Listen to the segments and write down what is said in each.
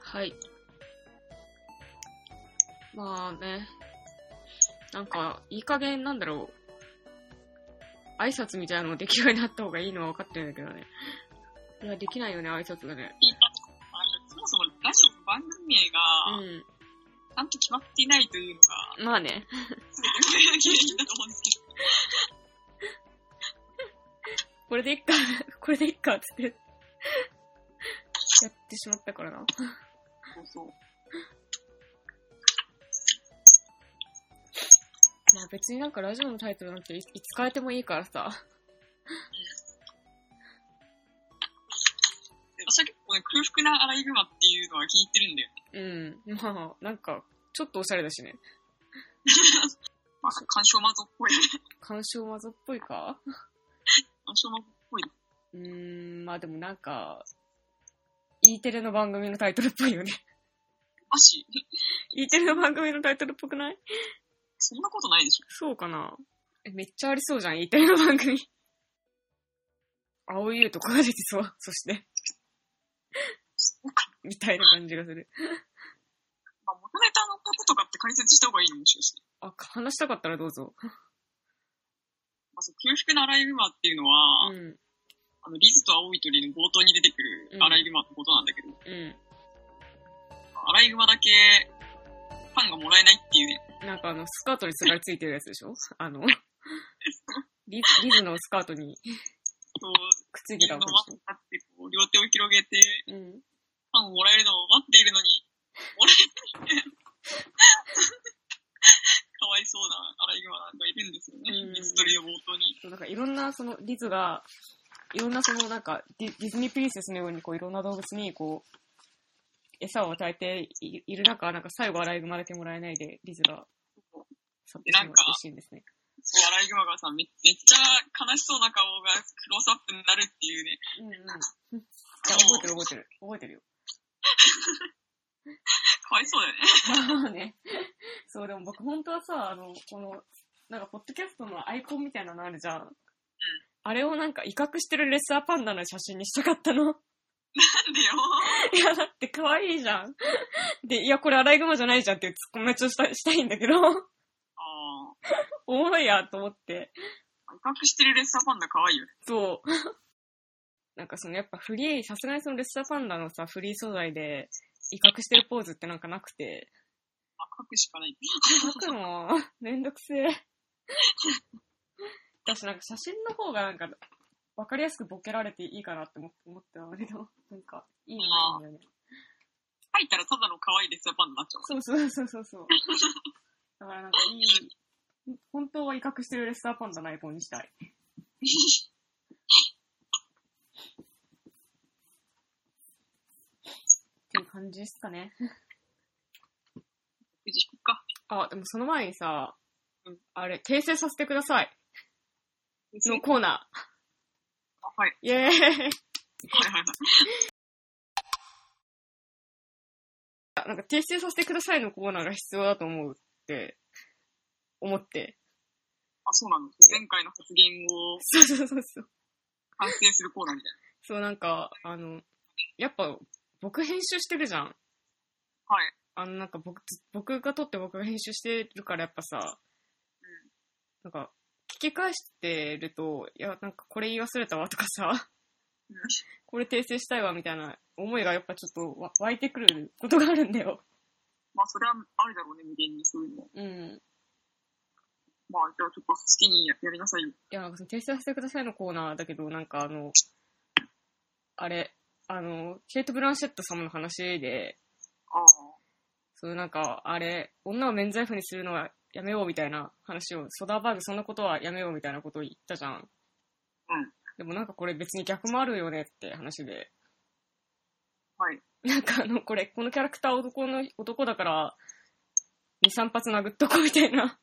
はい。まあね。なんか、いい加減なんだろう。挨拶みたいなのもできるようになった方がいいのは分かってるんだけどね。いや、できないよね、挨拶がね。あのそもそもラジオの番組名が、うちゃんと決まっていないというのが、ん。まあね。すべての原因だと思うんですけど。これでいっか、 これでいっか、つって。やってしまったからな。そうそう。まあ別になんかラジオのタイトルなんていいつ変えてもいいからさ。私は結構ね、空腹なアライグマっていうのは聞いてるんだよね。うん。まあ、なんか、ちょっとおしゃれだしね。まあ、干渉魔族っぽい。干渉技っぽいか干渉魔族っぽい。うーん、まあでもなんか、E テレの番組のタイトルっぽいよね。 マジ E テレの番組のタイトルっぽくないそんなことないでしょ。そうかなえ、めっちゃありそうじゃん、E テレの番組。青い湯とかが出てそう。 そして、そうか。みたいな感じがする。まあ、元ネタのこととかって解説した方がいいのもしかして。あ、話したかったらどうぞ。まあ、その空腹なアライグマっていうのは、うん、あの、リズと青い鳥の冒頭に出てくるアライグマのことなんだけど、うアライグマだけパンがもらえないっていうね。ん。なんかあの、スカートにすがりついてるやつでしょあ の、リリズのスカートにそう、くっついてリズたのわけ待でしって、こう、両手を広げて、ょうん。パンをもらえるのを待っているのに、もらえない。かわいそうなアライグマなんかいるんですよねうん。リズ鳥の冒頭に。そう、なんかいろんな、その、リズが、いろんなその、なんかディ、ディズニープリンセスのように、こう、いろんな動物に、こう、餌を与えていいる中、なんか最後アライグマだけもらえないで、リズが、去ってしまうなんからしいんですね。そう、アライグマがさ、めめっちゃ悲しそうな顔がクローズアップになるっていうね。うんうん。いや、覚えてる覚えてる。覚えてるよ。かわいそうだよね。まあね。 そう、でも僕、本当はさ、あの、この、なんか、ポッドキャストのアイコンみたいなのあるじゃん。あれをなんか威嚇してるレッサーパンダの写真にしたかったの。なんでよ。いや、だって可愛いじゃん。で、いや、これアライグマじゃないじゃんっていうツッコミをちょっとしたしたいんだけど、 ああ。おもろいやと思って。威嚇してるレッサーパンダかわいいよね。そう。 なんかそのやっぱフリー、さすがにそのレッサーパンダのさ、フリー素材で威嚇してるポーズってなんかなくて。あ、書くしかない。書くの、 めんどくせえ。私なんか写真の方がなんか、わかりやすくボケられていいかなって思思ってたんだけど、なんか、いいのないんだよね。書いたらただの 可愛いレッサーパンダになっちゃう。そうそうそうそうそう。だからなんかいい、本当は威嚇してるレッサーパンダのアイコンにしたい。っていう感じですかね。くじ引こっか。あ、でもその前にさうん、あれ、訂正させてください。のあコーナはい。ー。イェーイはいはいはい。あなんか訂正させてくださいのコーナーが必要だと思うって、思って。あ、そうなの。前回の発言を そうそうそうそう。反省するコーナーみたいな。そう、なんか、あの、やっぱ、僕編集してるじゃん。はい。あの、なんか僕、僕が撮って僕が編集してるからやっぱさ、なんか、聞き返してると、いや、なんかこれ言い忘れたわとかさ うん、これ訂正したいわみたいな思いがやっぱちょっとわ湧いてくることがあるんだよ。まあ、それはあるだろうね、無限にそういうのは。うん。まあ、じゃあちょっと好きにやりなさいよ。いや、なんかその訂正させてくださいのコーナーだけど、なんかあの、あれ、あの、ケイト・ブランシェット様の話で、ああ。そうなんか、あれ、女を免罪符にするのはやめようみたいな話を、ソダーバーグそんなことはやめようみたいなことを言ったじゃん。うん。でもなんかこれ別に逆もあるよねって話で。はい。なんかあの、これ、このキャラクター男の、男だから、2、3発殴っとこうみたいな。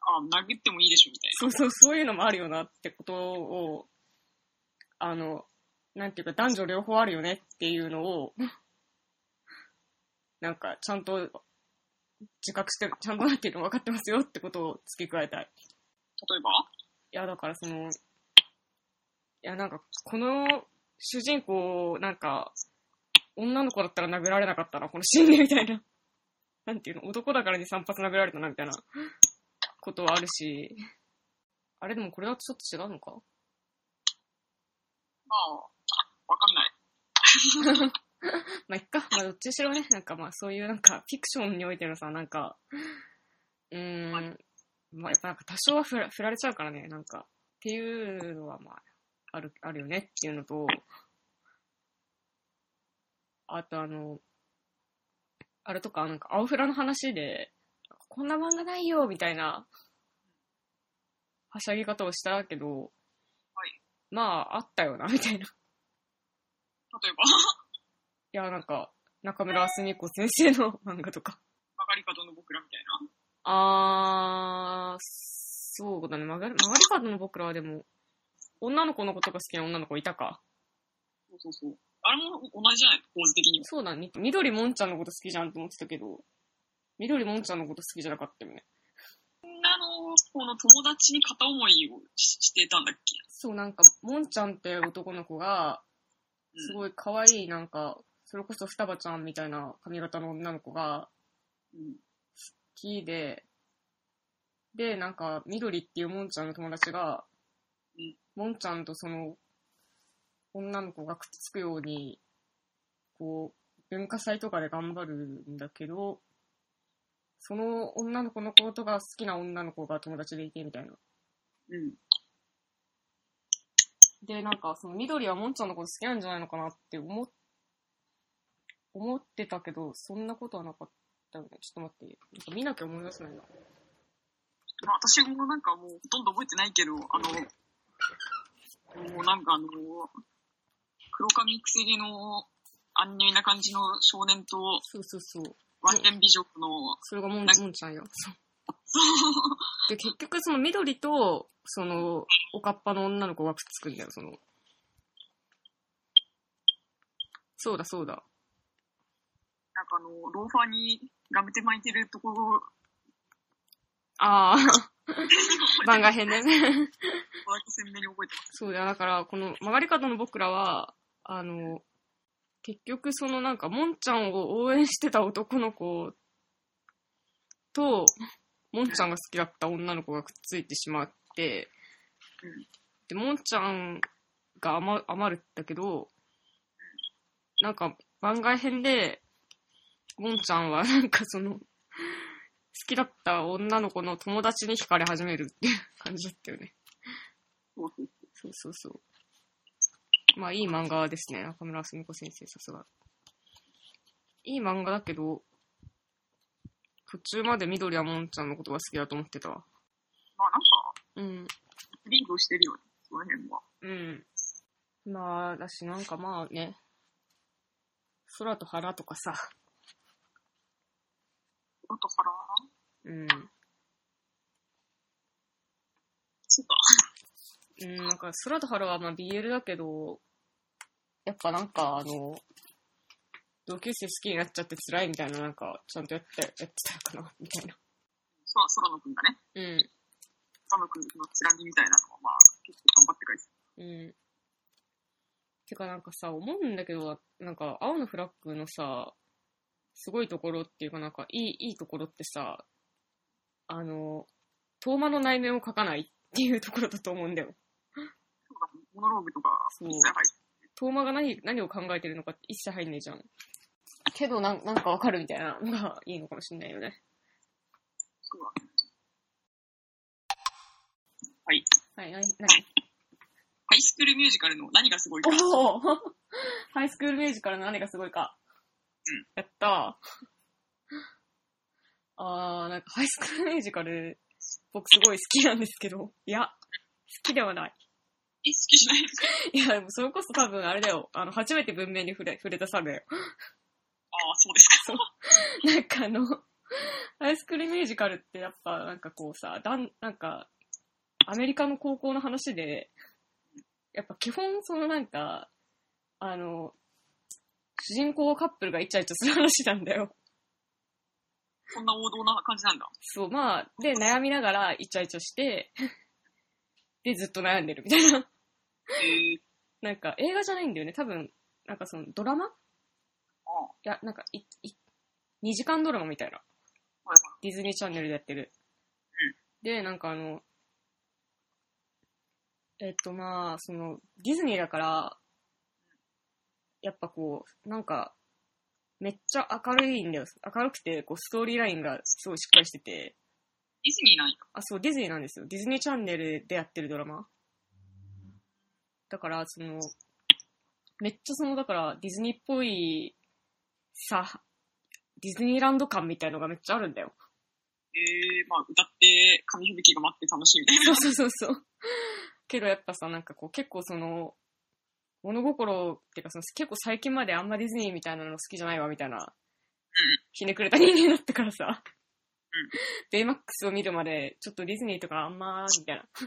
ああ、殴ってもいいでしょ、みたいそうそう、そういうのもあるよなってことを、あの、なんていうか男女両方あるよねっていうのを、なんかちゃんと自覚して、ちゃんとなっていうの分かってますよってことを付け加えたい。な。例えばあいや、だからその、いや、なんか、この主人公を、なんか、女の子だったら殴られなかったな、この心理みたいな。 なんていうの、男だからに3発殴られたな、みたいなことはあるし。あれでもこれだとちょっと違うのかまあ、わかんない。まあ、いっか。まあ、どっちにしろね、なんかまあ、そういうなんか、フィクションにおいてのさ、なんか、うーはん、まあ、やっぱなんか多少は振ら振られちゃうからね、なんか、っていうのはまあ、ある、あるよねっていうのと、あとあの、あれとか、なんか、青フラの話で、こんな漫画ないよ、みたいな、はしゃぎ方をしたけど、はいまあ、あったよな、みたいな。例えば、 いや、なんか、中村すみ子先生の漫画とか。曲がり角の僕らみたいな。あー、そうだね。曲がり、曲がり角の僕らはでも、女の子のことが好きな女の子いたか。そうそうそう。あれも同じじゃない構図的には。そうだね。緑もんちゃんのこと好きじゃんと思ってたけど、緑もんちゃんのこと好きじゃなかったよね。女の子の友達に片思いをししてたんだっけそう、なんか、もんちゃんって男の子が、すい。ごい可愛い、なんか、それこそ双葉ちゃんみたいな髪型の女の子が、うん。キーで、で、なんか、緑っていうもんちゃんの友達がうん、もんちゃんとその、女の子がくっつくように、こう、文化祭とかで頑張るんだけど、その女の子のことが好きな女の子が友達でいてみたいな。うん。で、なんか、その緑はもんちゃんのこと好きなんじゃないのかなって思っ、思ってたけど、そんなことはなかったよね。ちょっと待って。なんか見なきゃ思い出せないな。まあ、私もなんかもうほとんど覚えてないけど、あの、もうなんかあの、黒髪くせ毛の安入な感じの少年とそうそうそう。ワンテン美女の、それがもんなんかもんちゃんよ。で、結局その緑と、その、おかっぱの女の子がくっつくんだよ、その。そうだ、そうだ。なんかあの、ローファーにガムテ巻いてるところああ、番外編でね。だけ鮮明に覚えてます。そうだよ、だから、この曲がり角の僕らは、あの、結局そのなんか、もんちゃんを応援してた男の子と、もんちゃんが好きだった女の子がくっついてしまって、うん。で、もんちゃんが余余るんだけど、なんか番外編で、もんちゃんはなんかその、好きだった女の子の友達に惹かれ始めるっていう感じだったよね。そうそそううそうそう。まあいい漫画ですね、中村すみ子先生、さすが。いい漫画だけど、途中まで緑はもんちゃんのことが好きだと思ってたわ。まあなうん。んか、リンクしてるよね、その辺は。うん。まあ、だし、なんかまあね、空と花とかさ、あとから、うん。そうか。うん、なんか空と花はまあ BL だけど、やっぱなんかあの、同級生好きになっちゃって辛いみたいな、なんか、ちゃんとやって、やってたのかな、みたいな。そら、そらのくんがね、うん。そらのくんのつらみみたいなのはまあ、結構頑張って書いてた。うん。てかなんかさ、思うんだけど、なんか、青のフラッグのさ、すごいところっていうかなんか、いい、いいところってさ、あの、遠間の内面を書かないっていうところだと思うんだよ。そうだ、モノローグとか、そう一切入って遠間が何、何を考えてるのかって一切入んねえじゃん。けどなん、なんかわかるみたいなのがいいのかもしんないよね。そうだね。はい。はい、なに、なハイスクールミュージカルの何がすごいか。におお ハイスクールミュージカルの何がすごいか。うんやったー。あー、なんかハイスクールミュージカル、僕すごい好きなんですけど、いや、好きではない。意識しない。いや、でもそれこそ多分あれだよ。あの、初めて文面に触れ、触れたさだよ。ああ、そうです か。なんかあの、ハイスクールミュージカルってやっぱなんかこうさ、だん、なんか、アメリカの高校の話で、やっぱ基本そのなんか、あの、主人公カップルがイチャイチャする話なんだよ。こんな王道な感じなんだ。そう、まあ、で、悩みながらイチャイチャして、で、ずっと悩んでるみたいな。えー、なんか映画じゃないんだよね。多分、なんかそのドラマああ、いや、なんかい、い、2時間ドラマみたいな。はいはディズニーチャンネルでやってる。で、なんかあの、えっとまあ、その、ディズニーだから、やっぱこう、なんか、めっちゃ明るいんだよ。明るくて、こう、ストーリーラインがすごいしっかりしてて、い。ディズニーなんや。あ、そう、ディズニーなんですよ。ディズニーチャンネルでやってるドラマ。だから、その、めっちゃその、だから、ディズニーっぽい、さ、ディズニーランド感みたいのがめっちゃあるんだよ。 ええまあ、歌って、紙吹雪が待って楽しいみたいな。そうそうそうそう。けどやっぱさ、なんかこう結構その、物心っていうかその結構最近まであんまディズニーみたいなの好きじゃないわみたいな、ひねくれた人間だったからさ、ん ベイマックスを見るまでちょっとディズニーとかあんまみたいなそうだ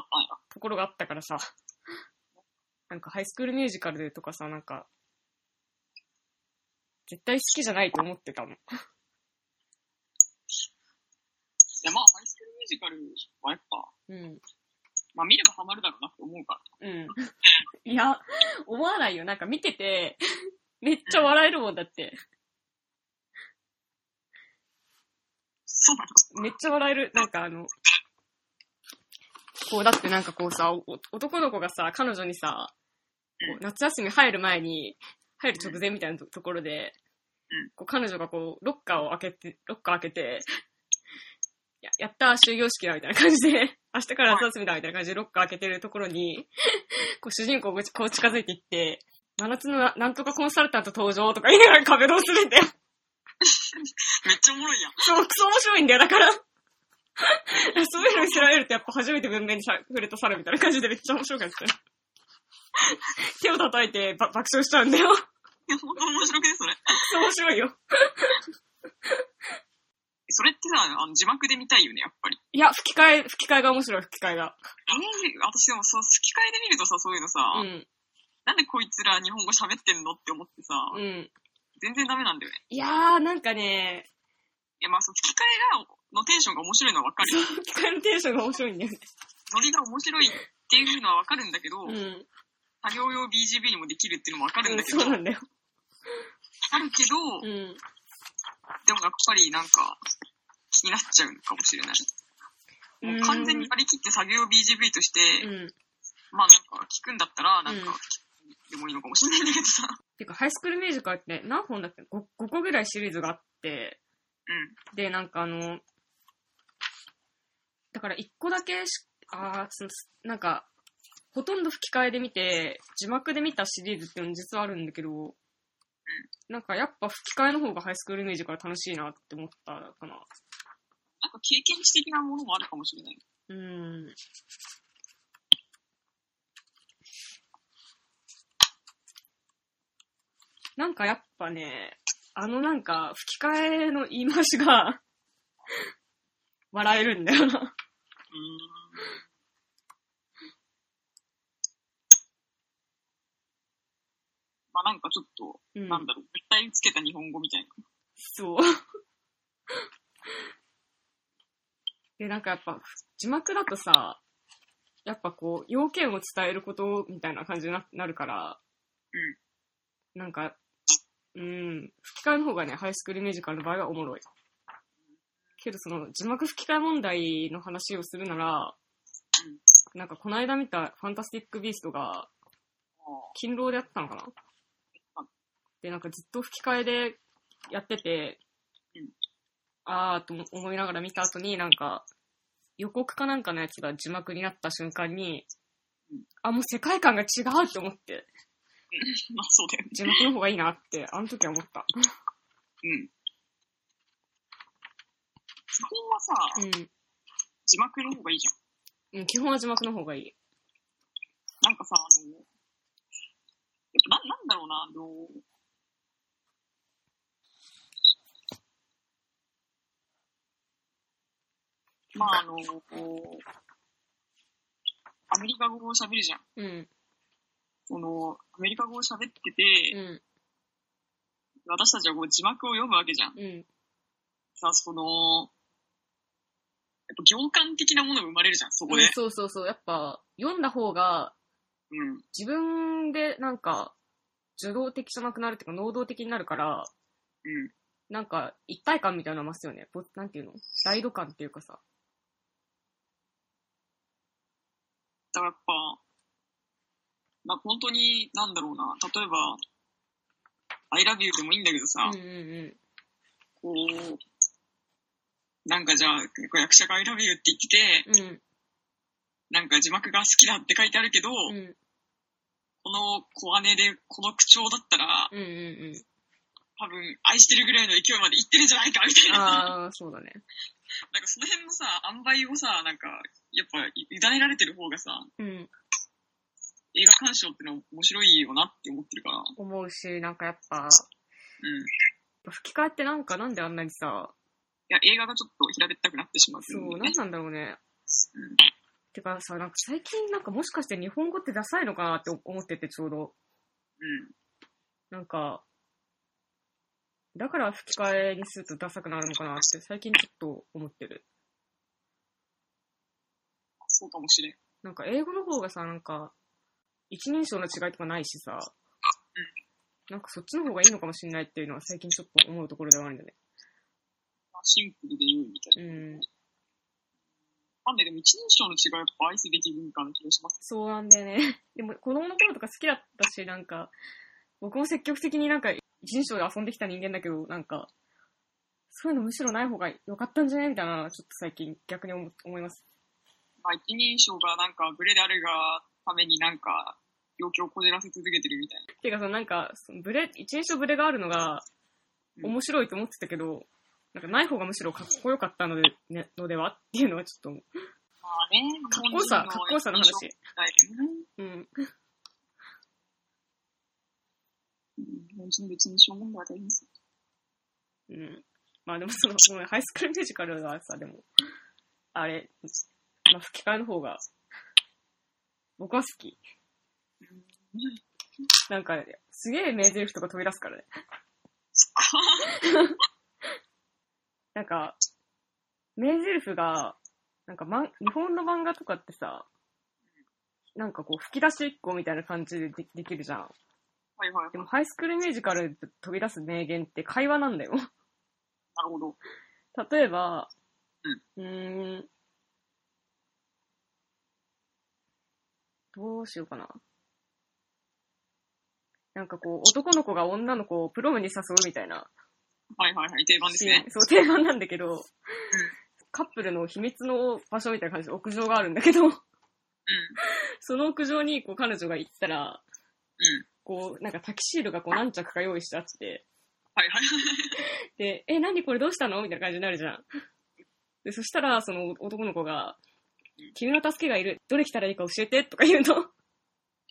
ったんや。ところがあったからさ、 なんかハイスクールミュージカルとかさ、なんか、絶対好きじゃないと思ってたもん。いや、まあ、ハイスクールミュージカルはやっぱ、うん。まあ、見ればハマるだろうなって思うかうら。ん。いや、思わないよ。なんか見て て、めっちゃ笑えるもんだって。そうなのめっちゃ笑える。なんかあの、こう、だってなんかこうさ、お男の子がさ、彼女にさ、こう夏休み入る前に、入る直前みたいなとところでうん、こう彼女がこう、ロッカーを開けて、ロッカー開けて、ややったー、終業式だ、みたいな感じで、 明日から夏休みだ、みたいな感じで、ロッカー開けてるところに、こう、主人公がこう近づいていって、真夏のななんとかコンサルタント登場とか言いながら壁ドンするんだよ。めっちゃおもろいやん。 そう、クソ面白いんだよ、だから。そういうの見せられるとやっぱ初めて文面にさ触れた猿みたいな感じでめっちゃ面白かったよ。手を叩いてば爆笑しちゃうんだよ。クいや、本当面白くね、それ。ソ面白いよ。それってさ、あの、字幕で見たいよね、やっぱり。いや、吹き替え、吹き替えが面白い、吹き替えが。イメージ、私でもそう、吹き替えで見るとさ、そういうのさ、うん。なんでこいつら日本語喋ってんのって思ってさ、うん。全然ダメなんだよね。いやー、なんかね、いや、まあ、そう、吹き替えが、のテンションが面白いのはわかるよ。吹き替えのテンションが面白いんだよね。ノリが面白いっていうのはわかるんだけど、うん。作業用 BGB にもできるっていうのもわかるんうんだ、けど、そうなんだよ。あるけど、うん。でもやっぱりなんか、気になっちゃうのかもしれない。もう完全に割り切って作業用 BGB として、うん。まあなんか聞くんだったら、なんうんか、でもいいのかもしれないんだけどさ。 てか、ハイスクールミュージカルって何本だっけ 5, 5個ぐらいシリーズがあって、うん。で、なんかあの、だから一個だけし、あーそのなんか、ほとんど吹き替えで見て、字幕で見たシリーズっていうのも実はあるんだけど、なんかやっぱ吹き替えの方がハイスクールイメージから楽しいなって思ったかな。なんか経験値的なものもあるかもしれない。うん。なんかやっぱね、あのなんか吹き替えの言い回しが、 笑えるんだよな。うーん。まあなんかちょっと、うんなんだろう、絶対つけた日本語みたいな。 そう。 で、なんかやっぱ、字幕だとさ、やっぱこう、要件を伝えることみたいな感じにななるから、なんか、うん、吹き替えの方がね、ハイスクールミュージカルの場合はおもろい。けどその、字幕吹き替え問題の話をするなら、なんかこの間見たファンタスティックビーストが、うん。勤労でやってたのかなで、なんかずっと吹き替えでやっててうん、あーと思いながら見た後に、なんか、予告かなんかのやつが字幕になった瞬間にうん、あ、もう世界観が違うって思って、まあそうだよね。字幕の方がいいなって、あの時は思った。うん。基本はさ、うん。字幕の方がいいじゃん。うん、基本は字幕の方がいい。なんかさ、あの、やっぱな、なんだろうな、あの、まああの、こう、アメリカ語を喋るじゃん。うん、その、アメリカ語を喋ってうて、ん、私たちはこう字幕を読むわけじゃん。うん、さ、その、やっぱ行間的なものが生まれるじゃん、そこうでん。。そうそうそう。やっぱ、読んだ方が、うん。自分でなんか、受動的じゃなくなるっていうか、能動的になるから、うん。なんか、一体感みたいなの増すよね。ぼなんていうのライド感っていうかさ。だからやっぱ、まあ、本当に、なんだろうな、例えば、I love you でもいいんだけどさ、うんうんうこう、なんかじゃあ、役者が I love you って言ってて、ん。うん。なんか字幕が好きだって書いてあるけど、うん。この小姉で、この口調だったら、うんうんうん。 多分、愛してるぐらいの勢いまでいってるんじゃないか、みたいな。ああ、そうだね。なんかその辺のさ、塩梅をさ、なんか、やっぱ、委ねられてる方がさ、うん。映画鑑賞ってのは面白いよなって思ってるから。う思うし、なんかやっぱ、ん。い吹き替えってなんかなんであんなにさ、や、映画がちょっと平べったくなってしまうってそ、いううなねん。なんだろうね。うんてかさ、なんか最近なんかもしかして日本語ってダサいのかなって思っててちょうど。うん。なんか、だから吹き替えにするとダサくなるのかなって最近ちょっと思ってる。そうかもしれん。なんか英語の方がさ、なんか、一人称の違いとかないしさ、なんかそっちの方がいいのかもしれないっていうのは最近ちょっと思うところではあるんだね。まあシンプルで言うみたういな。ん。なんででも一人称の違いはやっぱ愛すべき文化な気がします。そうなんだよね。 でも子供の頃とか好きだったし、なんか、僕も積極的になんか人生で遊んできた人間だけど、なんか、そういうのむしろない方が良かったんじゃないみたいな、ちょっと最近逆に思思います。まあ一人称がなんかブレであるがためになんか病気をこじらせ続けてるみたいな。ていうかそのなんか、そのブレ、一印象ブレがあるのがうん面白いと思ってたけど、なんかない方がむしろかっこよかったので、ね、のではっていうのはちょっと思う、まあね、かっこよさ、かっこよさの話。うん。日本人の一人称問題は大変です。うん。まあでもその、ごめんハイスクールミュージカルはさ、でも、あれ、まあ吹き替えの方が、僕は好き。なんか、すげえ名台詞とか飛び出すからね。なんか、名台詞が、なんか、まん、日本の漫画とかってさ、なんかこう、吹き出し一個みたいな感じででできるじゃん。はいはいはい。でなも、ハイスクールミュージカルで飛び出す名言って会話なんだよ。るほど。例えば、うーん、どうしようかな。なんかこう、男の子が女の子をプロムに誘うみたいなはいはいはい。定番ですシーン、ね。そう、定番なんだけど、カップルの秘密の場所みたいな感じで屋上があるんだけど、 その屋上にこう彼女が行ったら、うん。うん。こう、なんかタキシードがこう何着か用意してあって、はいはいはい。で、え、何これどうしたのみたいな感じになるじゃん。で、そしたら、その男の子が、君の助けがいる。どれ来たらいいか教えてとか言うの。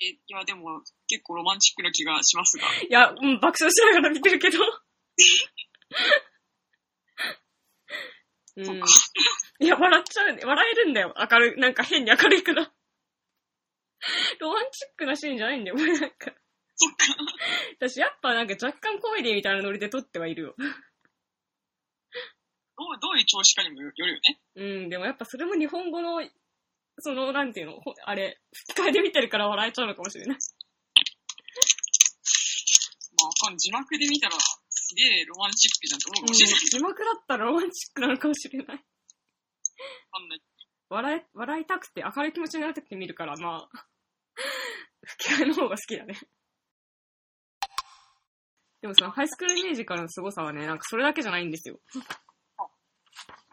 え、い やでも結構ロマンチックな気がしますが。いや、うん、爆笑しながら見てるけど。うん。いや、笑っちゃうね。笑えるんだよ。明るい。なんか変に明るいから。ロマンチックなシーンじゃないんだよ。これなんか。そっか。私、やっぱなんか若干コメディみたいなノリで撮ってはいるよ。どう、どういう調子かにもよるよね。うん、でもやっぱそれも日本語の、その、なんていうの、ほあれ、吹き替えで見てるから笑えちゃうのかもしれない。まあわかんない字幕で見たらすげえロマンチックじゃんと思うかもしれない。字幕だったらロマンチックなのかもしれない。わかんない。笑い、笑いたくて、明るい気持ちになりたくて見るから、まあ、 吹き替えの方が好きだね。でもその、ハイスクールミュージカルの凄さはね、なんかそれだけじゃないんですよ。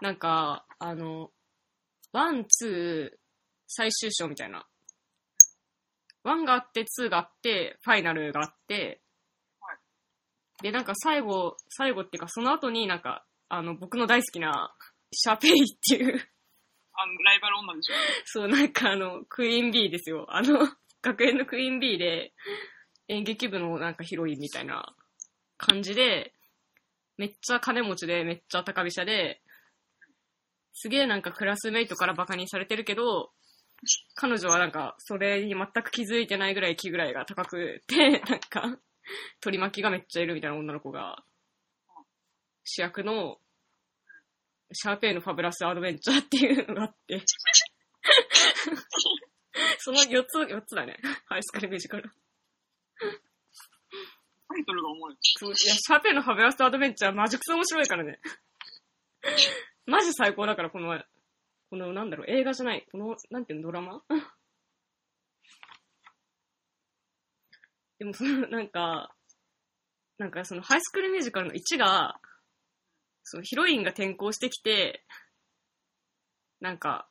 なんか、あの、ワン、ツー、最終章みたいな。ワンがあって、ツーがあって、ファイナルがあっては、で、なんか最後、最後っていうか、その後になんか、あの、僕の大好きな、シャーペイっていう、あの、ライバル女でしょ。 そう、なんかあの、クイーン B ですよ。あの、 学園のクイーン B で、演劇部のなんかヒロインみたいな感じで、めっちゃ金持ちで、めっちゃ高飛車で、すげえなんかクラスメイトからバカにされてるけど、彼女はなんか、それに全く気づいてないぐらい気ぐらいが高くて、 なんか、取り巻きがめっちゃいるみたいな女の子が、主役の、シャーペイのファブラスアドベンチャーっていうのがあって、その4つ、4つだね。ハイスクールミュージカル。イトルがおもろい。そういや、シャペのハベラストアドベンチャー、マジクソ面白いからね。 マジ最高だから、この、この、なんだろう、映画じゃない、この、なんていうの、ドラマ でも、その、なんか、なんか、その、ハイスクールミュージカルの1が、その、ヒロインが転校してきて、なんか、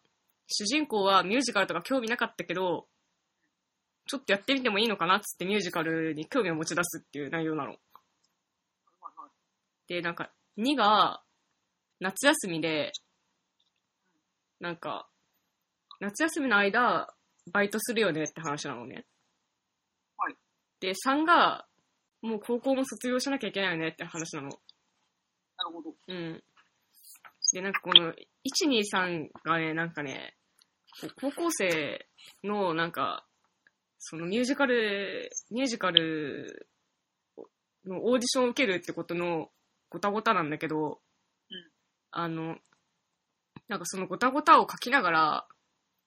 主人公はミュージカルとか興味なかったけど、ちょっとやってみてもいいのかなっつってミュージカルに興味を持ち出すっていう内容なの。はいはいで、なんか、2が、夏休みで、なんか、夏休みの間、バイトするよねって話なのね。はい。で、3が、もう高校も卒業しなきゃいけないよねって話なの。なるほど。うん。で、なんかこの、123がね、なんかね、こう高校生の、なんか、そのミュージカル、ミュージカルのオーディションを受けるってことのごたごたなんだけど、うんあの、なんかそのごたごたを書きながら、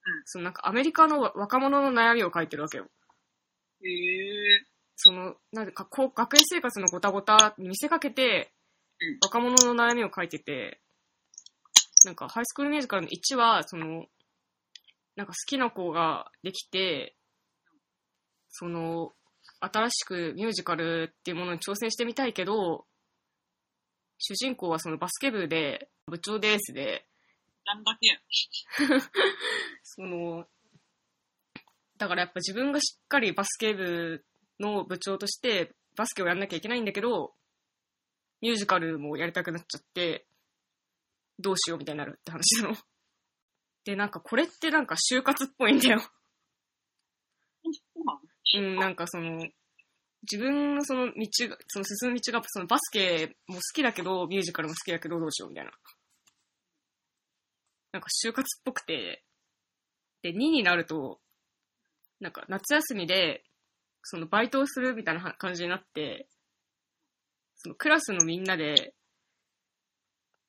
うんそのなんかアメリカの若者の悩みを書いてるわけよ。へえその、なんか、こう、学園生活のごたごたに見せかけて、うん若者の悩みを書いてて、なんか、ハイスクールミュージカルの1は、その、なんか好きな子ができて、その、新しくミュージカルっていうものに挑戦してみたいけど、主人公はそのバスケ部で、部長でエースで、なんだっけ。その、だからやっぱ自分がしっかりバスケ部の部長としてバスケをやんなきゃいけないんだけど、ミュージカルもやりたくなっちゃって、どうしようみたいになるって話なの。で、なんかこれってなんか就活っぽいんだよ。そうなのうん、なんかその、自分のその道が、その進む道が、そのバスケも好きだけど、ミュージカルも好きだけど、どうしようみたいな。なんか就活っぽくて、で、2になると、なんか夏休みで、そのバイトをするみたいなは感じになって、そのクラスのみんなで、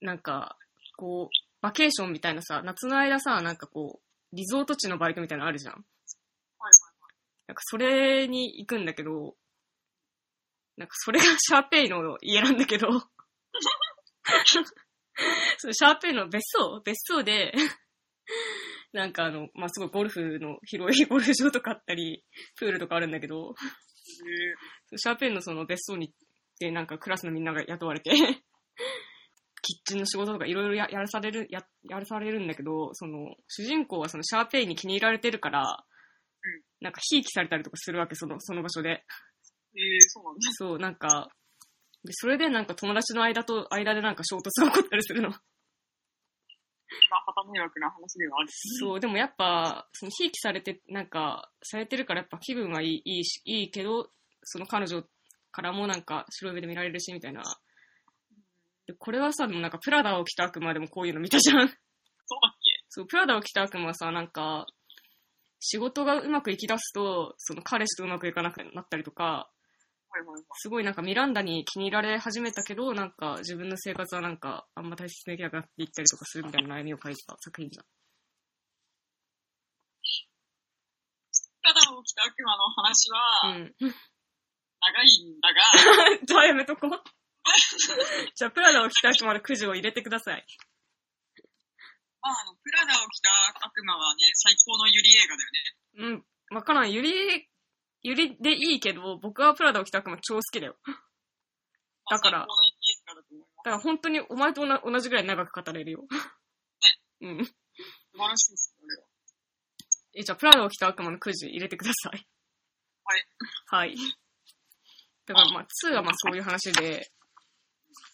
なんか、こう、バケーションみたいなさ、夏の間さ、なんかこう、リゾート地のバイトみたいなのあるじゃん。はいなんかそれに行くんだけど、なんかそれがシャーペイの家なんだけど、そのシャーペイの別荘別荘で、なんかあの、まあ、すごいゴルフの広いゴルフ場とかあったり、プールとかあるんだけど、はい。へえそのシャーペイのその別荘に行って、なんかクラスのみんなが雇われて、 キッチンの仕事とかいろいろややらされる、や、やらされるんだけど、その、主人公はそのシャーペイに気に入られてるから、うんなんかひいきされたりとかするわけ、その、その場所で。へえそうなんだ。そう、なんか、でそれでなんか友達の間と、間でなんか衝突が起こったりするの。まあ、旗迷惑な話ではある。そう、でもやっぱ、その、ひいきされて、なんか、されてるからやっぱ気分はいい、いいし、いいけど、その彼女からもなんか白い目で見られるし、みたいな。で、これはさ、でもなんかプラダを着た悪魔でもこういうの見たじゃん。 そうだっけそう、プラダを着た悪魔はさ、なんか、仕事がうまくいきだすと、その彼氏とうまくいかなくなったりとか、はいはいはい。すごいなんかミランダに気に入られ始めたけど、なんか自分の生活はなんかあんま大切にできなくなっていったりとかするみたいな悩みを書いた作品だ。ただ起きた悪魔の話うは、ん。長いんだが、 じゃあやめとこう。じゃあプラダを着た悪魔のくじを入れてください。まあ、あの、プラダを着た悪魔はね、最高のユリ映画だよね。うん。わからん。ゆり、ゆりでいいけど、僕はプラダを着た悪魔超好きだよ。まあだから最高のユリ映画だと思います。だから本当にお前とおな同じぐらい長く語れるよ。 うん。素晴らしいですよ、あれは。え、じゃあプラダを着た悪魔のくじ入れてください。はい。はい。だからまあ、2はまあそういう話で、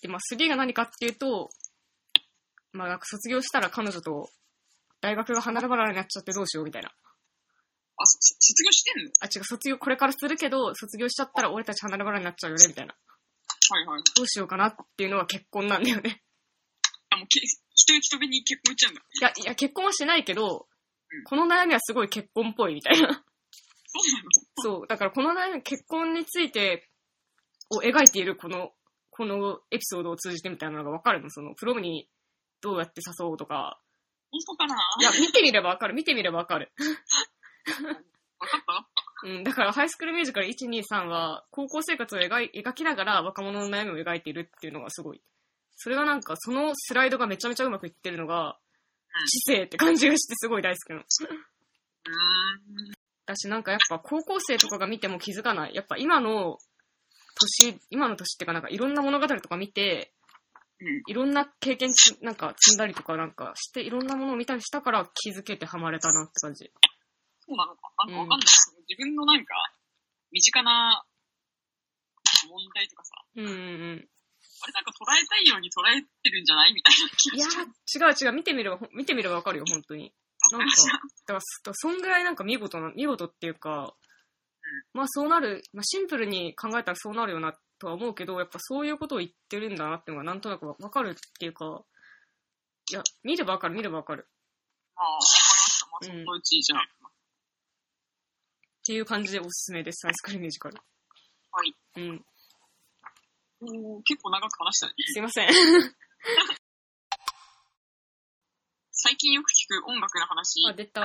で、まあ3が何かっていうと、まあなんか卒業したら彼女と大学が離れ離れになっちゃってどうしようみたいな。あ、そそ卒業してんのあ、違う、卒業、これからするけど、卒業しちゃったら俺たち離れ離れになっちゃうよねみたいな。はいはい。どうしようかなっていうのは結婚なんだよね。あ、もうけ、一人一人に結婚いっちゃうんだ。いや、いや、結婚はしないけどうん、この悩みはすごい結婚っぽいみたいな。そうなのそう、だからこの悩み、結婚についてを描いているこの、このエピソードを通じてみたいなのがわかるの。その、プロムにどうやって誘おうとか。本当かないや、見てみればわかる、見てみればわかる。わかったうん、だからハイスクールミュージカル123は高校生活を描い描きながら若者の悩みを描いているっていうのがすごい。それがなんかそのスライドがめちゃめちゃうまくいってるのがん、知性って感じがしてすごい大好きなの。うーん。だしなんかやっぱ高校生とかが見ても気づかない。やっぱ今の年、今の年っていうかなんかいろんな物語とか見て、うん。いろんな経験つなんか積んだりとかなんかしていろんなものを見たりしたから気づけてハマれたなって感じ。そうなのか。なんかわかんない。その自分のなんか、身近な問題とかさ、うんうんうん。あれなんか捉えたいように捉えてるんじゃないみたいな気いがやしー、違う違う、見てみれば、ほん見てみればわかるよ、本当に。なんか、だから、すだからそんぐらいなんか見事な、見事っていうか、まあそうなる、まあシンプルに考えたらそうなるよなとは思うけど、やっぱそういうことを言ってるんだなっていうのがなんとなくわわかるっていうか、いや、見ればわかる、見ればわかるまあ、わかりました。まあ、そうんのうちじゃあ、っていう感じでおすすめです、サイスクリーミュージカル。はい。うん。おー結構長く話したね。すいません。最近よく聞く音楽の話、あ、出た。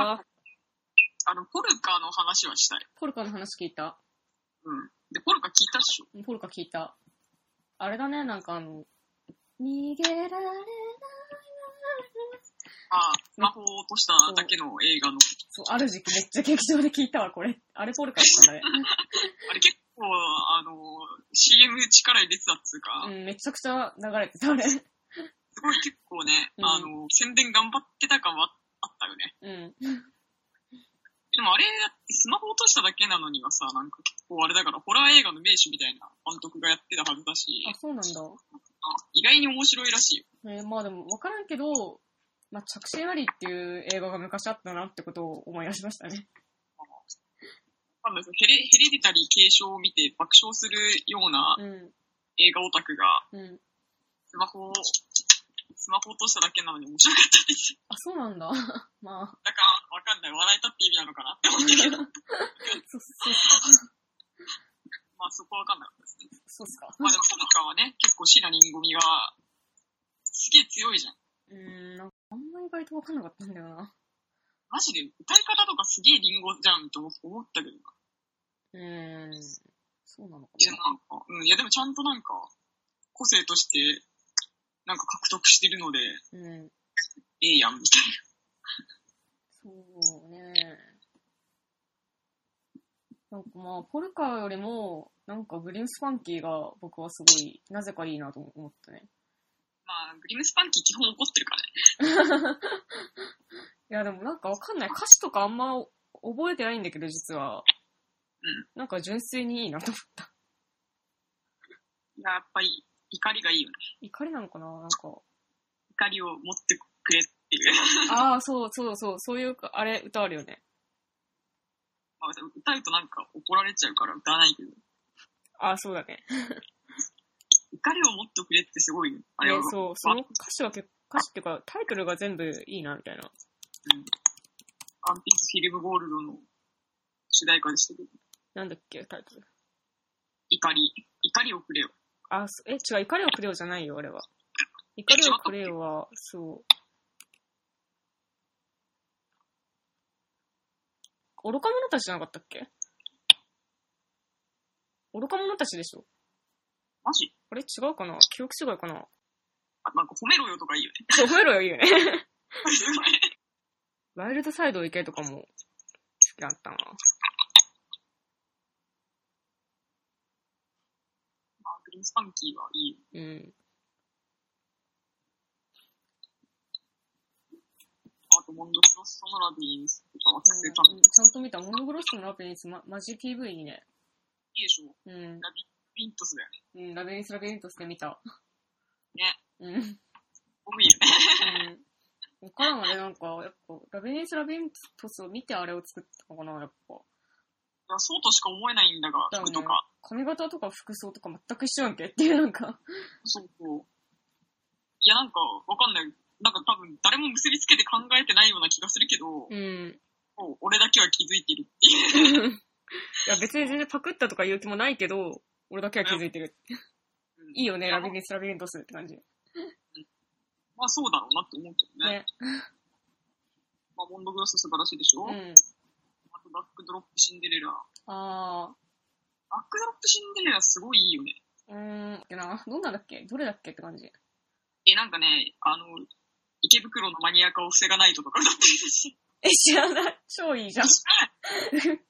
あの、ポルカの話はしたい。ポルカの話聞いた。うん。で、ポルカ聞いたっしょ。ポルカ聞いた。あれだね、なんかあの、逃げられないああ、魔法を落としただけの映画の。そう、ある時期めっちゃ劇場で聞いたわ、これ。あれポルカだったんだね。あれ結構、あの、CM 力入れてたっつうか、うん、めちゃくちゃ流れてた、あれ。すごい結構ね、うんあの、宣伝頑張ってた感はあったよね。うん。でもあれ、だってスマホ落としただけなのにはさ、なんか結構あれだから、ホラー映画の名手みたいな監督がやってたはずだしあ、、そうなんだ。意外に面白いらしいよ。えーまあでも、わからんけど、まあ、着信ありっていう映画が昔あったなってことを思い出しましたね。多分そのヘレ、ヘレディタリー継承を見て爆笑するようなうん。映画オタクが、うん。スマホを、スマホ落としただけなのに面白かったです。あ、そうなんだ。 まあ、だから、わかんない。笑えたって意味なのかなって思った けど、そ、そ、まあそこはわかんなかったですね。そうっすか。まあでも、ポルカはね、結構シナリンゴミが、すげえ強いじゃん。うーん、なんかあんま意外とわかんなかったんだよな。マジで、歌い方とかすげえリンゴじゃんって思ったけどな。うーん、そうなのかいや、なんか、うん、いやでもちゃんとなんか、個性として、なんか獲得してるので、な。うん。ええやん、みたいな。そうね。なんかまあ、ポルカよりも、なんかグリムスパンキーが僕はすごい、なぜかいいなと思ったね。 まあ、グリムスパンキー基本怒ってるからね。いや、でもなんかわかんない。歌詞とかあんま覚えてないんだけど、実は。うん。なんか純粋にいいなと思った。いや、やっぱり、怒りがいいよね。怒りなのかななんか。怒りを持ってくれっていう。 ああ、そうそうそう。そういうか、あれ、歌あるよね。まあ、歌うとなんか怒られちゃうから歌わないけど、ああ、そうだね。怒りを持ってくれってすごいね。あれは、ねそう。その歌詞は結歌詞っていうか、タイトルが全部いいな、みたいな。アンピース・フィリム・ゴールドの主題歌でしたけど、なんだっけ、タイトル。怒り、怒りをくれよ。あ、そえ、違う、怒りをくれよじゃないよ、あれは。怒りをくれよは、そう。愚か者たちじゃなかったっけ愚か者たちでしょマジあれ違うかな記憶違いかなあなんか褒めろよとかいいよね。そう、増えろよ、いい よね。すごいワイルドサイド行けとかも好きだったな。まあ、グリーンスパンキーはいいよ。うん。あと、モンド・クロス・ソノラビーンスとかはち作成たのゃんと見た。モンドグロッソのラベリンス、ま、マジ PV にね。いいでしょ。うん。ラビリントスだよね。うん、ラベリンスラベリントして見た。ね。うん。僕いいよね。うん。わからんわね、なんか、やっぱ、ラベンス・ラベントスを見てあれを作ったのかな、やっぱ。いや、そうとしか思えないんだが、だよ服ねとか。髪型とか服装とか全く一緒やんけっていう、なんか。そうそう。いや、なんか、わかんない。なんか多分、誰も結びつけて考えてないような気がするけど、うん。もう俺だけは気づいてるっていう。いや、別に全然パクったとか言う気もないけど、俺だけは気づいてる。いいよね、ラベリ。ンス・ラベリントスって感じ。まあそうだろうなって思うけどね。ね。まあ、モンドグラス素晴らしいでしょ、うあん。と、バックドロップシンデレラ。あバックドロップシンデレラすごいいいよね。ー、うーん、ってな、どんなんだっけどれだっけって感じ。 え、なんかね、あの、池袋のマニア化を防がないととか歌ってるし。え、知らない。超いいじゃん。なんか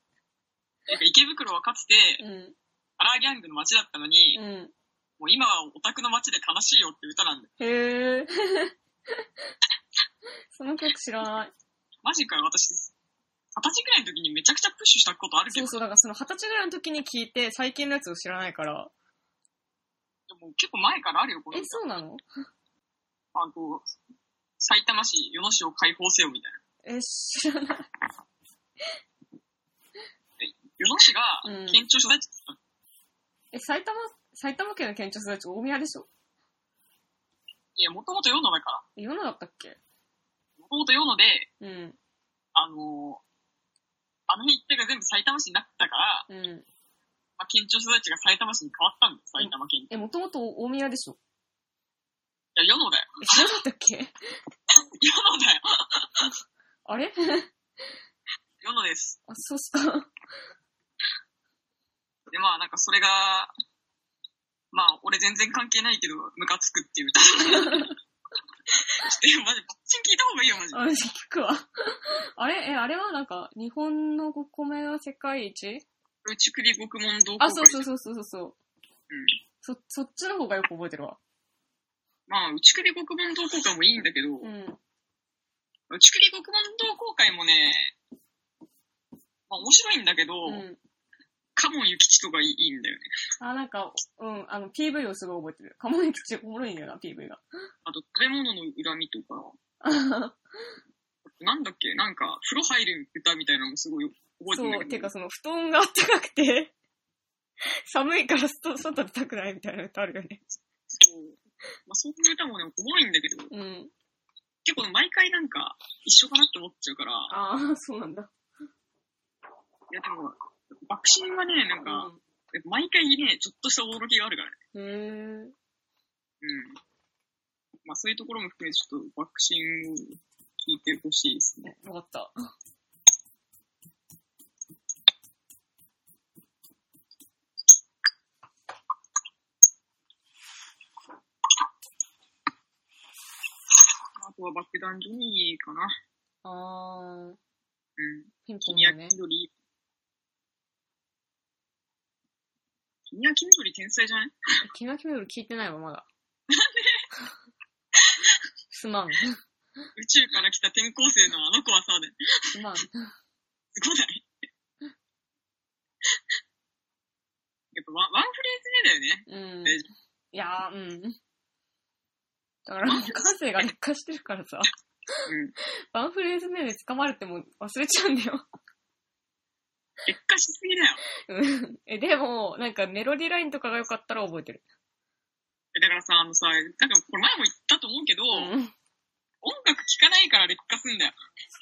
池袋はかつて、うん。アラーギャングの街だったのに、うん。もう今はオタクの街で悲しいよって歌なんだよ。へえ。 その曲知らない。マジかよ、私。二十歳くらいの時にめちゃくちゃプッシュしたことあるそけどう、そう、だからその二十歳ぐらいの時に聞いて、最近のやつを知らないから。でも結構前からあるよ、こえれ、。そうなのあの、埼玉市、与野市を解放せよみたいな。え、知らない。与野市がうん県庁所在地だったの、え、埼玉、埼玉県の県庁所在地大宮でしょいや、もともと与野だから。え世のだったっけもともと与野で、うん。あの、あの辺一帯が全部埼玉市になったから、うん。まあ、県庁所在地が埼玉市に変わったんだよ、埼玉県。いえ、もともと大宮でしょや、与野だよ。え、知らなかったっけ与野だよ。 あれ与野です。 あ、そうっすか。 で、まあ、なんかそれが、まあ、俺全然関係ないけど、ムカつく っていう歌。ちょっと、マジ、パッチン聞いた方がいいよ、マジ。あ、聞くわ。 あれえ、あれはなんか、日本のお米は世界一宇宙首獄門同好会。。あ、そうそううそうそうそうそう。うん。そ、そっちの方がよく覚えてるわ。まあ、内首獄門同好会もいいんだけど、うん。内首獄門同好会もね、まあ面白いんだけど、うん。カモンユキチとかいいんだよね。あ、なんか、うん、あの、PV をすごい覚えてる。カモネキチおもろいんだよな、PV が。あと、食べ物の恨みとか、 なんだっけ、なんか、風呂入る歌みたいなのもすごい覚えてそるう、んだけてど、かその、布団が暖かくて、 寒いから外外出たくないみたいな歌あるよね。そうまあ、そういう歌もね、おもろいんだけど、うん。結構毎回なんか、一緒かなって思っちゃうから、ああ、そうなんだ。いやでも、爆心はね、なんか、毎回ね、ちょっとした驚きがあるからね。うん。へえ。うん。まあそういうところも含めてちょっと爆心を聞いてほしいですね。わかった。あとは爆弾ジョニーかな。あー、うん。ピンポン君はだね黄。緑。君は黄緑天才じゃないキナキメドル聞いてないわ、ま だ。すまん。宇宙から来た転校生のあの子はさ、ですまん。ごないやっぱワンワンフレーズ目だうよね。ん。大いやー、うん。だから、感性が劣化してるからさ、うん。ワンフレーズ目で捕まれても忘れちゃうんだよ。劣化しすぎだよ。うん え、でも、なんかメロディーラインとかが良かったら覚えてる。えだからさ、あのさ、なんかこれ前も言ったと思うけど、うん。音楽聴かないから劣化すんだよ。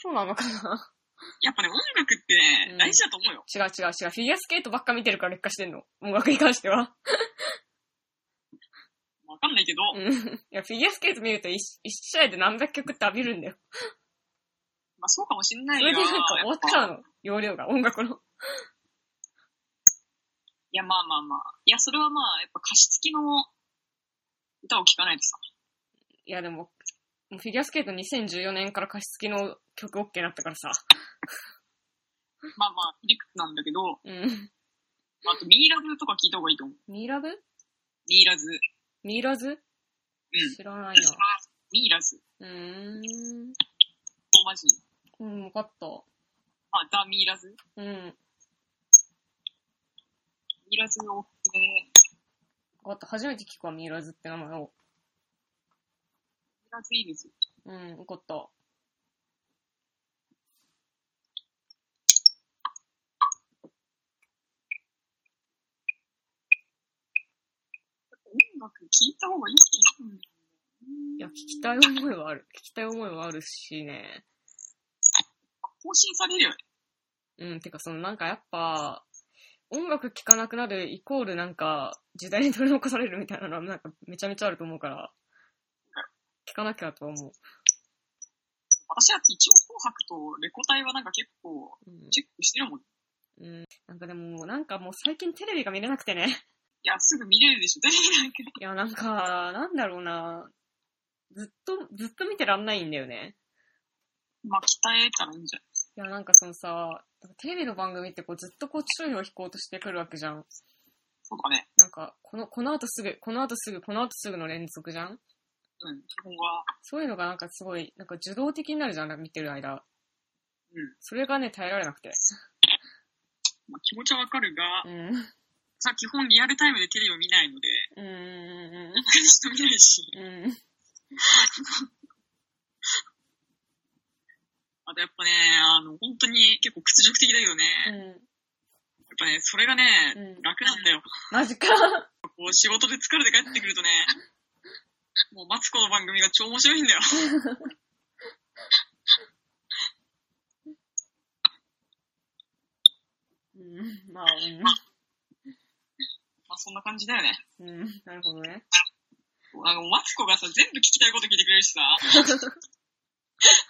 そうなのかな やっぱね、音楽ってね、うん大事だと思うよ。違う違う違う。フィギュアスケートばっか見てるから劣化してんの。音楽に関しては。わかんないけど、うん。いや、フィギュアスケート見ると一一試合で何百曲って浴びるんだよ。まあそうかもしんないそが、れでなんか終わっちやゃっぱうの。容量が、音楽の。いや、まあまあまあ。いや、それはまあ、やっぱ歌詞付きの歌を聴かないとさ。いや、でも、もうフィギュアスケート2014年から歌詞付きの曲 OK になったからさ。まあまあ、理屈なんだけど、うん。あと、ミーラズとか聞いた方がいいと思う。ミイラブミーラズ。うん。ミイラズ知らないな。ミーラズ。うーん。ローマ字。うん、分かった。まあ、ザ・ミーラズ。うん。ミーラズを、ね、分かった。初めて聞くわ、ミイラズって名前を。ミーラズいいですよ。うん、分かった。音楽聞いた方がいいと思うんだいよね。や、聞きたい思いはある。聞きたい思いはあるしね。更新されるよね。うん、てかそのなんかやっぱ、音楽聴かなくなるイコールなんか、時代に取り残されるみたいなのはなんかめちゃめちゃあると思うから、聞かなきゃとは思私だって一応紅白とレコ大はなんか結構う。うん、チェックしてるもん。うん。なんかでも、なんかもう最近テレビが見れなくてね。いや、すぐ見れるでしょ。テレビなんか。いや、なんか、なんだろうな。ずっと、ずっと見てらんないんだよね。まあ、鍛えたらいいんじゃないいや、なんかそのさ、テレビの番組ってこうずっとこう、注意を引こうとしてくるわけじゃん。そうだね。なんか、この、この後すぐ、この後すぐ、この後すぐの連続じゃんうん。基本は、そういうのがなんかすごい、なんか受動的になるじゃん、なんか見てる間。うん。それがね、耐えられなくて。まあ、気持ちはわかるが、うん。さ、基本リアルタイムでテレビを見ないので、 うんうん人見ないし。うんうん。うん。あとやっぱね、あの、本当に結構屈辱的だよね。うん。やっぱね、それがね、うん楽なんだよ。マジか。こう仕事で疲れて帰ってくるとね、 もうマツコの番組が超面白いんだよ。 うん。まあ、まあそんな感じだよね。うん。うん。なるほどね。あの、マツコがさ、全部聞きたいこと聞いてくれるし さ、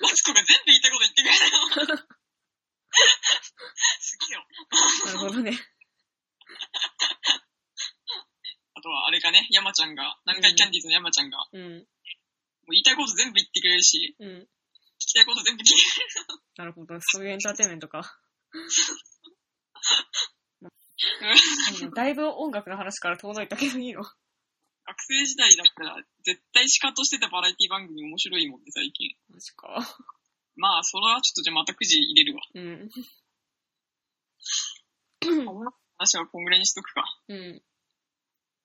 マツコが全部言いたいこと言ってくれるよ。すげえよ。なるほどね。あとはあれかね、山ちゃんが、南海キャンディーズの山ちゃんが、うん。もう言いたいこと全部言ってくれるし、うん。聞きたいこと全部聞いてくれる。なるほど。そういうエンターテインメント か。うんだいぶ音楽の話から遠のいたけどいいの学生時代だったら、絶対シカとしてたバラエティ番組面白いもんね、最近。マジか。まあ、それはちょっとじゃあまたくじ入れるわ。うん。話はこんぐらいにしとくか。うん。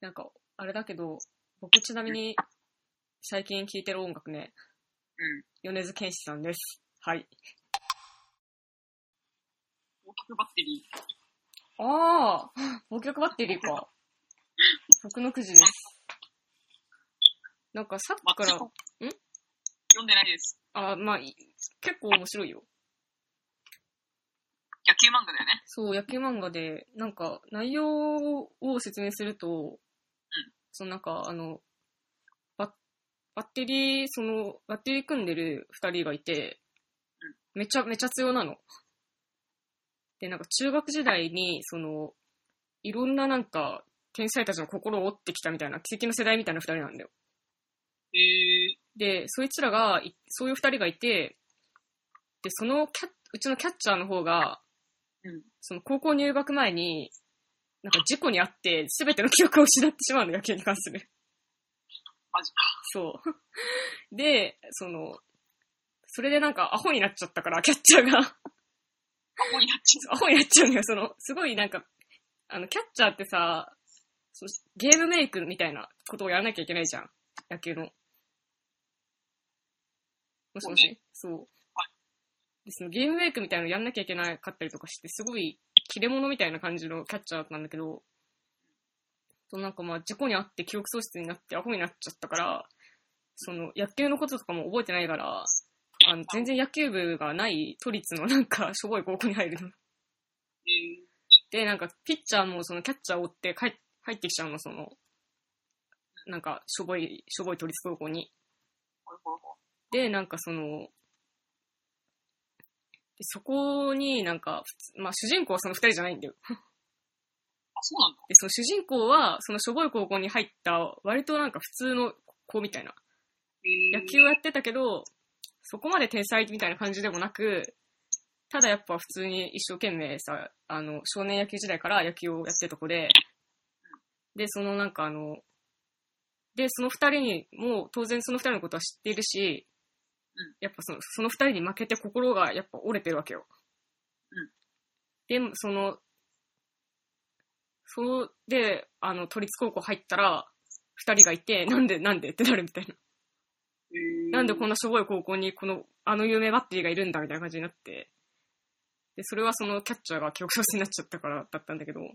なんか、あれだけど、僕ちなみに、最近聴いてる音楽ね、うん。米津玄師さんです。はい。大きくバッテリー。ああ、忘却バッテリー か。僕のくじです。なんかさっまきかちら、こ読んでないです。あまあ、い結構面白いよ。野球漫画だよね。そう、野球漫画で、なんか、内容を説明すると、そのなんか、あの、バッ、バッテリー、その、バッテリー組んでる二人がいて、めちゃ、めちゃ強なの。で、なんか中学時代に、その、いろんななんか、天才たちの心を折ってきたみたいな、奇跡の世代みたいな二人なんだよ。えー、で、そいつらがい、そういう二人がいて、で、そのキャッ、うちのキャッチャーの方が、うん。その高校入学前に、なんか事故にあって、すべての記憶を失ってしまうの、野球に関する。マジか。そう。で、その、それでなんかアホになっちゃったから、キャッチャーが。アホになっちゃう。アホになっちゃうのよ、その、すごいなんか、あの、キャッチャーってさ、そうゲームメイクみたいなことをやらなきゃいけないじゃん。野球の。もしもそうしそう。はで、そのゲームメイクみたいなのやんなきゃいけなかったりとかして、すごい切れ者みたいな感じのキャッチャーだったんだけど、そうなんかまあ、事故にあって記憶喪失になってアホになっちゃったから、その、野球のこととかも覚えてないから、あの、全然野球部がない都立のなんか、しょぼい高校に入るの。えー、で、なんか、ピッチャーもそのキャッチャーを追って帰入ってきちゃうの、その、なんか、しょぼい、しょぼい都立高校に。ほらほらほら。で、なんかその、でそこになんか、普通まあ主人公はその二人じゃないんだよ。あ、そうなんだ。で、その主人公は、そのしょぼい高校に入った、割となんか普通の子みたいな。えー、野球をやってたけど、そこまで天才みたいな感じでもなく、ただやっぱ普通に一生懸命さ、あの、少年野球時代から野球をやってた子で、で、そのなんかあの、で、その二人にも、当然その二人のことは知っているしうん、やっぱその、その二人に負けて心がやっぱ折れてるわけよ。で、その、そう、で、あの、都立高校入ったら、二人がいて、なんで、なんでってなるみたいな。えー、なんでこんな。なしょぼい高校に、この、あの有名バッテリーがいるんだみたいな感じになって、で、それはそのキャッチャーが記憶喪失になっちゃったからだったんだけど、っ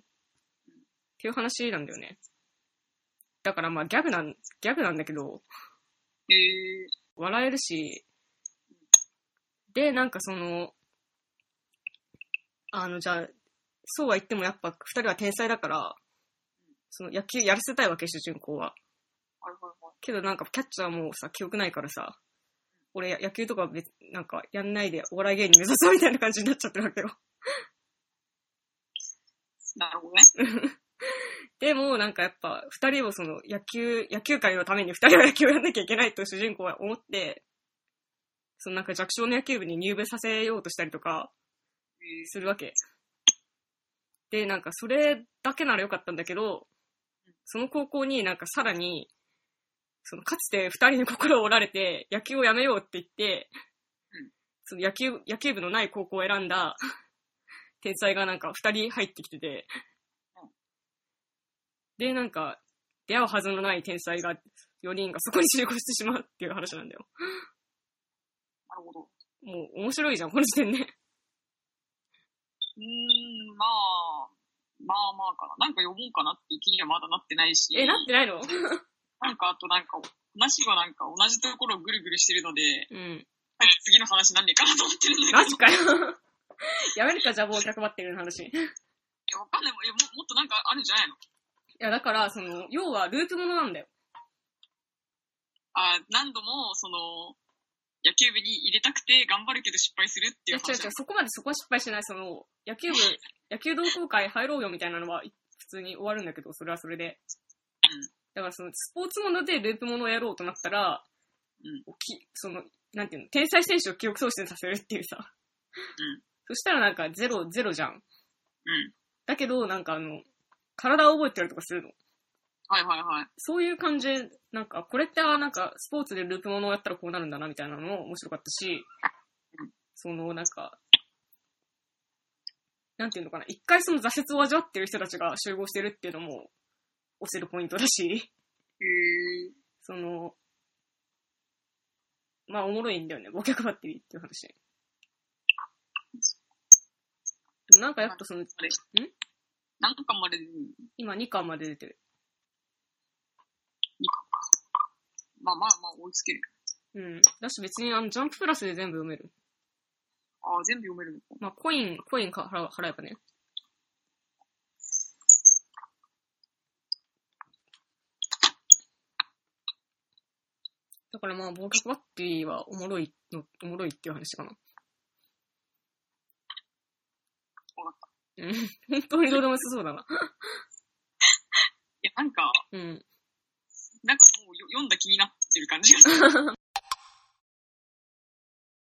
ていう話なんだよね。だからまあギャグなん、ギャグなんだけど、えー、笑えるし、で、なんかその、あの、じゃあ、そうは言ってもやっぱ二人は天才だから、その野球やらせたいわけ、主人公は。ほらほらほら。けどなんかキャッチャーもさ、記憶ないからさ、俺や野球とか別、なんかやんないでお笑い芸人目指そうみたいな感じになっちゃってるわけよ。なるほどね。 でも、なんかやっぱ、二人をその、野球、野球界のために二人は野球をやんなきゃいけないと主人公は思って、そのなんか弱小の野球部に入部させようとしたりとか、するわけ。で、なんかそれだけならよかったんだけど、その高校になんかさらに、そのかつて二人に心を折られて野球をやめようって言ってうん、その野球、野球部のない高校を選んだ天才がなんか二人入ってきててうん、で、なんか出会うはずのない天才が4人がそこに集合してしまうっていう話なんだよ。なるほど。もう面白いじゃん、この時点で。うーん、まあ、まあまあかな。なんか呼ぼうかなっていう気にはまだなってないし。え、なってないのなんか、あとなんか、話はなんか同じところをぐるぐるしてるので、うん。早く次の話なんねえかなと思ってるんだマけジかよ。やど。めるか、じゃあ、忘却バッテリーの話。いいや、わかんない。えももっとなんかあるんじゃないのや、だから、その、要はループものなんだよ。あ何度も、その、野球部に入れたくて頑張るけど失敗するいっていや、う違う話違う、そこまでそこは失敗しない。その、野球部、野球同好会入ろうよみたいなのは、い普通に終わるんだけど、それはそれで。うんだから、その、スポーツものでループものをやろうとなったら、うんきその、なんていうの、天才選手を記憶喪失させるっていうさ。んそしたらなんか、ゼロ、ゼロじゃん。うん。だけど、なんかあの、体を覚えてたりとかするの。はいはいはい。そういう感じで、なんか、これって、あなんか、スポーツでループものをやったらこうなるんだな、みたいなのも面白かったしうん、その、なんか、なんていうのかな、一回その挫折を味わってる人たちが集合してるっていうのも、押せるポイントだし、へえ。その、まあ、おもろいんだよね、忘却バッテリーっていう話。でもなんかやっぱその、なんかまで、今2巻まで出てる。まあまあまあ追いつける。うん。だし別にあの、ジャンププラスで全部読める。ああ、全部読めるのか。まあ、コイン、コインか払払えばね。だからまあ、忘却バッテリーはおもろいの、おもろいっていう話かな。わかっうん。 本当にどうでもよさそうだな。いや、なんか、うん。なんかもうよ読んだ気になってる感じがする。